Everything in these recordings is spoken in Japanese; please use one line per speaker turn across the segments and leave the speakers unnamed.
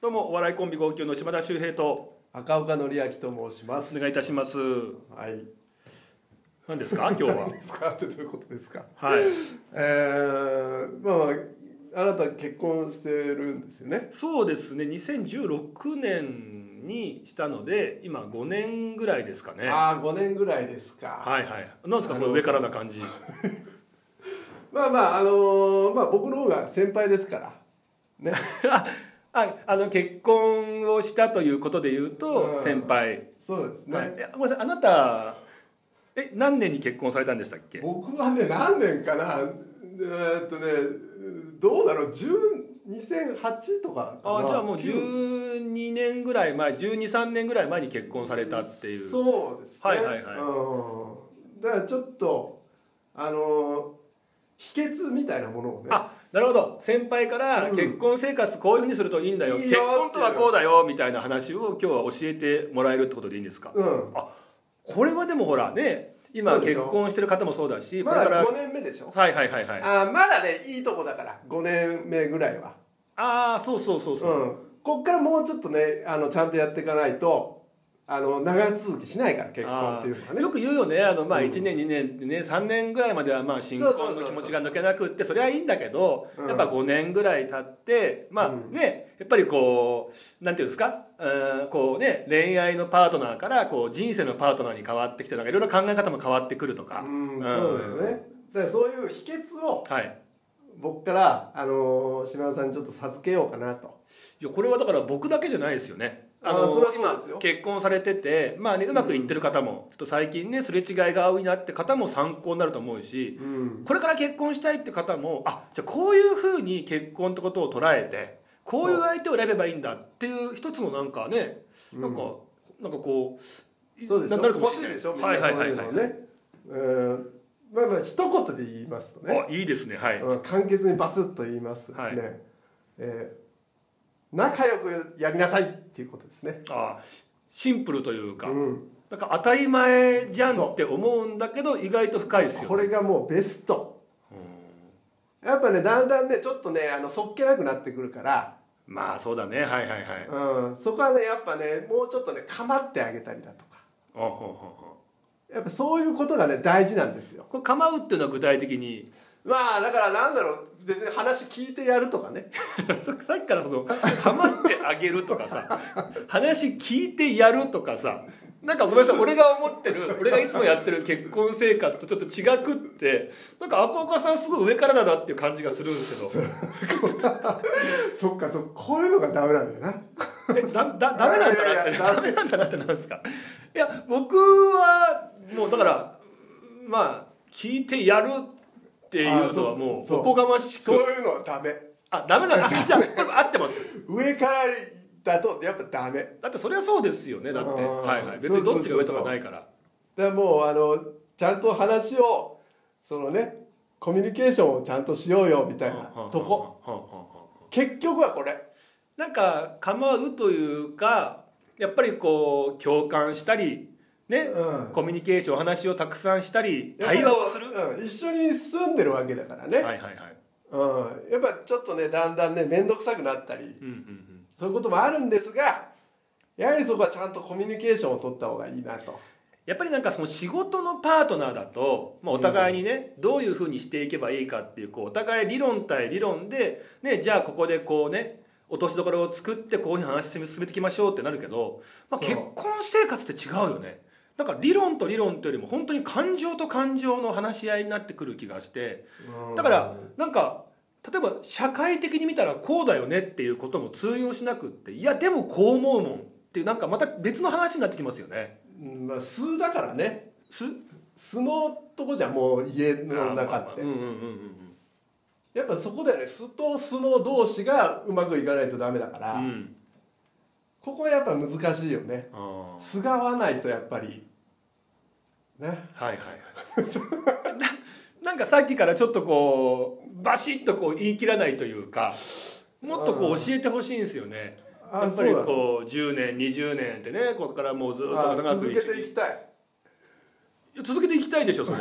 どうもお笑いコンビ号泣の島田秀平と
赤岡典明と申します
お願いいたします
はい
何ですか今日 は
ですかってどういうことですか
はい
えー、まああなた結婚してるんですよね
そうですね2016年にしたので今5年ぐらいですかねは
ああ5年ぐらいですか、
いはいなんですかその上からな 感じ
まあまああのーまあ僕の方が先輩ですからね
ああの結婚をしたということで言うと
うん
先輩、
そうですね、
はい、いやごめんなさいあなたえ何年に結婚されたんでしたっけ
僕はね何年かなえーっとねどうだろう10 2008とかかな
あじゃあもう
9
12年ぐらい前123年ぐらい前に結婚されたっていう
そうですね
はいはいはい
うん、だからちょっとあのー秘訣みたいなものをね
あなるほど先輩から
うん
結婚生活こういうふうにするといいんだよ,、
いいよ
結婚とはこうだよみたいな話を今日は教えてもらえるってことでいいんですか、
うん
あこれはでもほらね今
そうで
結
しょ
婚してる方もそうだし
ま
これ
だ
から
5年目でしょ
はいはいはいはいあ
あーまだねいいとこだから5年目ぐらいは
あーそうそうそうそう、
うんこっからもうちょっとねあのちゃんとやっていかないとあの長続きしないから結婚っていうのは
あー
ね
よく言うよねあの、まあ、1年、2年ね3年ぐらいまではまあ新婚
そうそ
の
うそう
気
そう
持ちが抜けなくってそれはいいんだけど、
うん
やっぱ5年ぐらい経ってまあ
うん
ねやっぱりこうなんていうんですかうんこう、ね、恋愛のパートナーからこう人生のパートナーに変わってきてなんかいろいろ考え方も変わってくるとか、
うん、そうだよねだからそういう秘訣を
はい
僕から、あのー島田さんにちょっと授けようかなと
いやこれはだから僕だけじゃないですよねあの
あーそれはそうですよ
今結婚されてて、まあね、うまくいってる方も、ちょっと最近ねすれ違いが多いなって方も参考になると思うし、
うん
これから結婚したいって方もあじゃあこういうふうに結婚ってことを捉えてこういう相手を選べばいいんだっていう一つのなんかねなんか、なんかこう
そうでし
な
ょ
なるかも
欲
し
し
れ
い
ない
でしょみん
は
ないそ
は
う
いはいいうはい
のをね、うんまあまあ一言で言いますとね、
あいいですねはい、
うん、簡潔にバスッと言いますとですね、
は
えー仲良くやりなさいっていうことですね
あシンプルというか、
うん
なんか当たり前じゃんって思うんだけど意外と深いですよ、ね、
これがもうベストやっぱねだんだんねちょっとねあのそっけなくなってくるから、
まあそうだねはいはいはい、あ
うん、そこはねやっぱねもうちょっとね構ってあげたりだとか
ほうほうほ
やっぱそういうことがね大事なんですよ
うこれ構うっていうのは具体的に
まあだからなんだろう別に話聞いてやるとかね
さっきから その構ってあげるとかさ話聞いてやるとかさなんかごめんなさい俺が思ってる俺がいつもやってる結婚生活とちょっと違くってなんか赤岡さんすごい上からだなっていう感じがするんですけど
そっかそっかこういうのがダメなんだよな
えだだダメなんだなっ
いや
て
いやダメ
ダメなんだなってなんですかいや僕はもうだからまあ聞いてやるっていうのはも
あ
う
そう
おこがまし
そう
く
いうのはダメ
あダメだなあじゃあ多分合ってます
上からだとやっぱダメ
だってそれはそうですよねだって
あー
はいはい別
そう
に
そう
どっちが上とかないから
だからもうあのちゃんと話をそのねコミュニケーションをちゃんとしようよみたいなとこ
こ
結局はこれ
なんか構うというかやっぱりこう共感したりね、
うん
コミュニケーションお話をたくさんしたり対話をする、は
うん、一緒に住んでるわけだからね、
いはいはい
うん、やっぱちょっとねだんだんね面倒くさくなったり
うんうんうん
そういうこともあるんですがやはりそこはちゃんとコミュニケーションを取った方がいいなと
やっぱりなんかその仕事のパートナーだと、まあ、お互いにね、どういうふうにしていけばいいかっていうこうお互い理論対理論で、ね、じゃあここでこうね落としどころを作ってこういうふうに話進めていきましょうってなるけど、まあ、
そう
結婚生活って違うよねなんか理論と理論というよりも本当に感情と感情の話し合いになってくる気がしてだからなんか例えば社会的に見たらこうだよねっていうことも通用しなくっていやでもこう思うもんっていうなんかまた別の話になってきますよね。
うん、まあ、素だからね
す
素のとこじゃもう家の中って
うんうんうんうんうん
やっぱそこだよね素と素の同士がうまくいかないとダメだから、
うん
ここはやっぱ難しいよね
あー
素が合わないとやっぱりね
はいはいはい ななんかさっきからちょっとこうバシッとこう言い切らないというかもっとこ
う
う教えてほしいんですよね
あ
やっぱり
そうだ
こう10年20年ってねここからもうずっと
あ
長く
続
一
け
緒
てい
に
きたい
いや続けていきたいでし ょそれ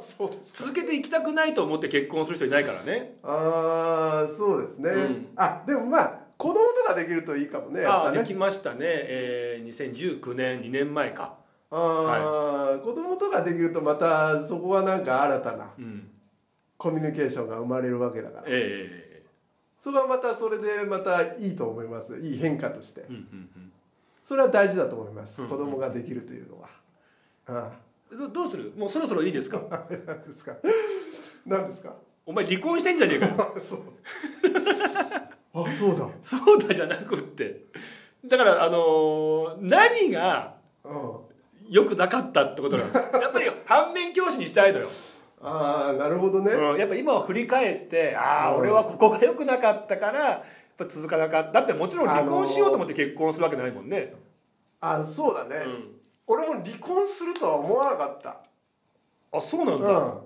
そうです
続けていきたくないと思って結婚する人いないからね
ああそうですね、
うん
あでもまあ子供とことができるといいかもねやっ
あ
ぱ
で
ね
きましたね、えー、2019年2年前か、
あー、子供とかできるとまたそこはなんか新たな
うん、
コミュニケーションが生まれるわけだから
え
それはまたそれでまたいいと思いますいい変化として
えうんうん
それは大事だと思います
うん
子供ができるというのはあ
うんどどうするもうそろそろいいですか
あ何ですか何ですか
お前離婚してんじゃねえかよ
あそうあそうだ
そうだじゃなくってだからあのー何が
うん
良くなかったってことなん ですやっぱり反面教師にしたいのよ、
ああなるほどね、
うん、やっぱ今を振り返ってああ
うん
俺はここが良くなかったからやっぱ続かなかっただってもちろん離婚しようと思って結婚するわけないもんね、
あそうだね、
うん
俺も離婚するとは思わなかった
あそうなんだ、
うん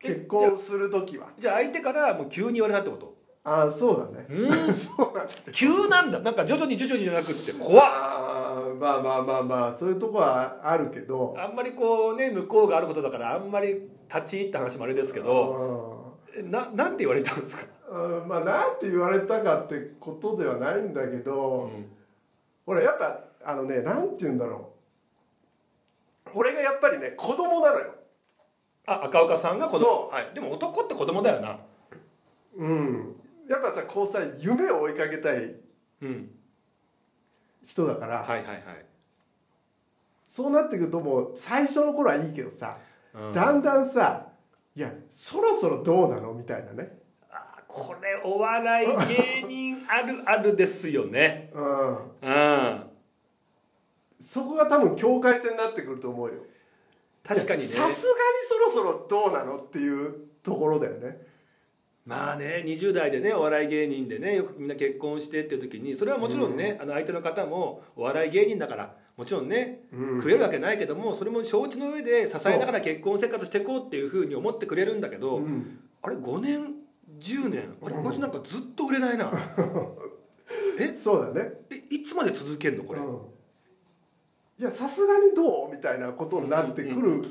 結婚する時は
じゃあ相手からもう急に言われたってこと
ああそうだね
うん
そうだね
急なんだなんか徐々に徐々にじゃなくって怖っ
あーまあまあまあまあそういうとこはあるけど
あんまりこうね向こうがあることだからあんまり立ち入った話もあれですけどえななんて言われたんですか、
うんうんまあなんて言われたかってことではないんだけど、俺やっぱあのねなんて言うんだろう俺がやっぱりね子供なのよ
あ赤岡さんが子供
そう
はい、でも男って子供だよな
うんやっぱさこうさ夢を追いかけたい
うん
人だから、
はいはいはい、
そうなってくるともう最初の頃はいいけどさ、
うん
だんだんさいやそろそろどうなのみたいなね
あこれお笑い芸人あるあるですよね
うん
うん
そこが多分境界線になってくると思うよ
確かにね
さすがにそろそろどうなのっていうところだよね
まあね20代でねお笑い芸人でねよくみんな結婚してっていう時にそれはもちろんね、あの相手の方もお笑い芸人だからもちろんね、
うん
食えるわけないけどもそれも承知の上で支えながら結婚生活していこうっていうふうに思ってくれるんだけど、
うん
あれ5年10年あれこいつなんかずっと売れ ないなえ
そうだね
えいつまで続けんのこれ、
うんいやさすがにどうみたいなことになってくる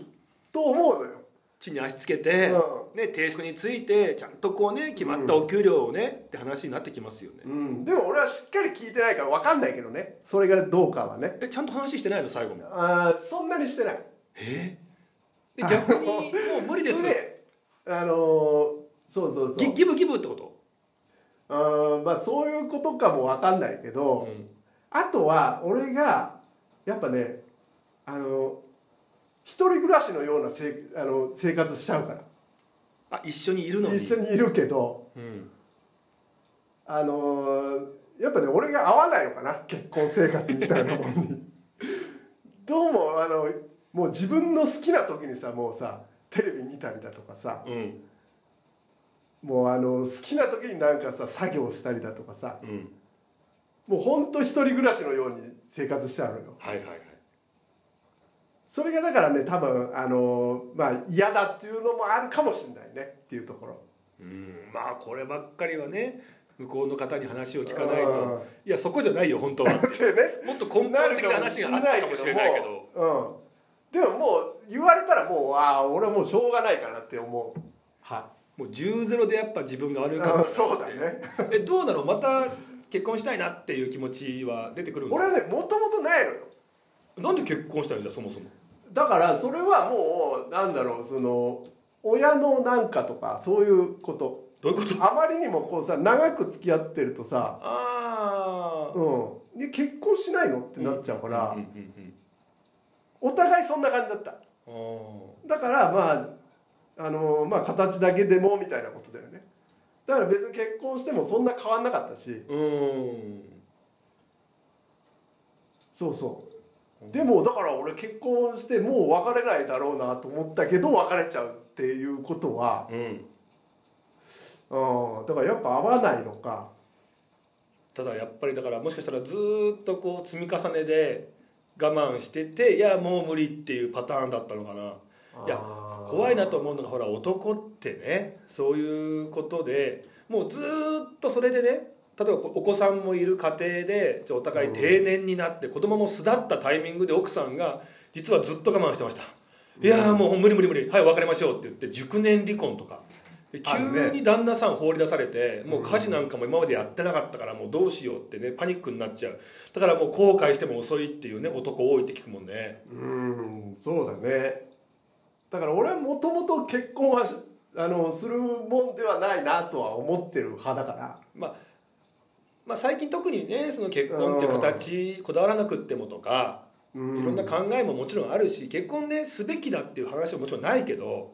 と思うのよ
地に足つけて、
う
ね、定職についてちゃんとこうね決まったお給料をね、って話になってきますよね
うんでも俺はしっかり聞いてないから分かんないけどねそれがどうかはね
えちゃんと話してないの最後も
あーそんなにしてない
えで逆にもう無理です
それであのーそうそうそ
ギ
う
ギブギブってこと、
あーまあそういうことかも分かんないけど、
うん
あとは俺がやっぱねあの一人暮らしのようなせいあの生活しちゃうか
あ一緒にいるの
ら
に
一緒にいるけど
うん、
あのーやっぱね俺が合わないのかな結婚生活みたいなもん にどうもあのもう自分の好きな時にさもうさテレビ見たりだとかさ
うん
もうあの好きな時になんかさ作業したりだとかさ
うん、
もうほんと一人暮らしのように生活しちゃうのよ
はいはいはい
それがだからね多分あのまあ嫌だっていうのもあるかもしれないねっていうところ
うんまあこればっかりはね向こうの方に話を聞かないと
う
いやそこじゃないよ本当は
ってね
もっと根
な
本
る
的
か
な
もし
話
れ
があっ
な
た
い
かも
け
し
ど
れないけど
もうんでももう言われたらもうああ俺はもうしょうがないかなって思うは
もう10ゼロでやっぱ自分が悪
い
いかったな って
そうだね
えどうなのまた結婚したいなっていう気持ちは出てくるんです
俺
か
はねもともとないのよ
なんで結婚したのじゃあそもそも
だからそれはもうなんだろうその親のなんかとかそういうこと
どういうこと
あまりにもこうさ長く付き合ってるとさ
ああ
うんで結婚しないのってなっちゃうから、
うんうん
お互いそんな感じだった
うん
だからまああのまあ形だけでもみたいなことだよねだから別に結婚してもそんな変わんなかったし
あーうん
そうそうでもだから俺結婚してもう別れないだろうなと思ったけど別れちゃうっていうことは、
うん
うん、だからやっぱ合わないのか
ただやっぱりだからもしかしたらずーっとこう積み重ねで我慢してていやもう無理っていうパターンだったのかないや
あー
怖いなと思うのがほら男ってねそういうことでもうずーっとそれでね例えばお子さんもいる家庭でじゃあお互い定年になって子供も巣立ったタイミングで奥さんが実はずっと我慢してましたいやーもう無理無理無理はい別れましょうって言って熟年離婚とかで
ある
急
ね
に旦那さん放り出されてもう家事なんかも今までやってなかったからもうどうしようってねパニックになっちゃうだからもう後悔しても遅いっていうね男多いって聞くもんね
うーんそうだねだから俺はもともと結婚はしあのするもんではないなとは思ってる派だから
まあまあ最近特にねその結婚って形こだわらなくってもとか
い
いろんな考えももちろんあるし結婚ねすべきだっていう話はもちろんないけど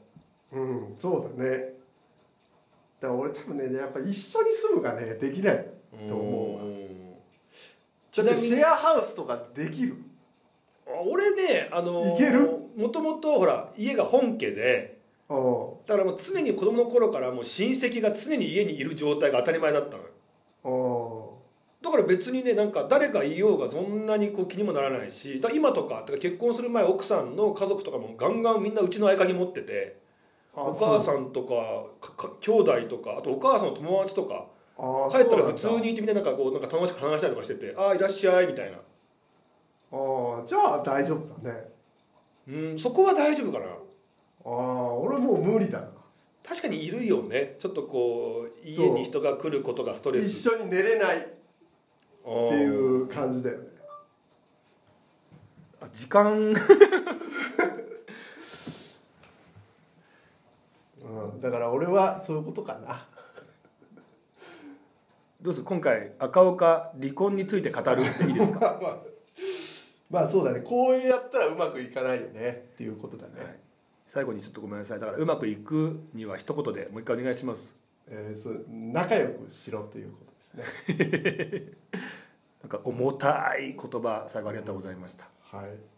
うんそうだねだから俺多分ねやっぱ一緒に住むがねできないと思うわ
ん
だ
ち
っ
な
て
みに
シェアハウスとかできる
あ俺ねあの
いける
もともとほら家が本家で
うん
だからもう常に子供の頃からもう親戚が常に家にいる状態が当たり前だったのよ
うん
だから別にねなんか誰がいようがそんなにこう気にもならないしだから今とかてか結婚する前奥さんの家族とかもガンガンみんなうちの合鍵持っててお母
ん
さんとかかか兄弟とかあとお母さんの友達とか
あ
帰ったら普通にいてみんななんかこうなんか楽しく話したりとかしてて「ああいらっしゃい」みたいな
ああじゃあ大丈夫だね
うんそこは大丈夫かな
ああ俺もう無理だな
確かにいるよねちょっとこう
そう
家に人が来ることがストレ
一
ス
緒に寝れない
っ
っ
て
ていう感じだよね
時間
うん、だから俺はそういうことかな
どうする今回赤岡離婚について語るっていいです か
まあそうだねこうやったらうまくいかないよねっていうことだね、
最後にちょっとごめんなさいだからうまくいくには一言でもう一回お願いします
えーそう仲良くしろということですね
なんか重たい言葉最後ありがとうございました
はい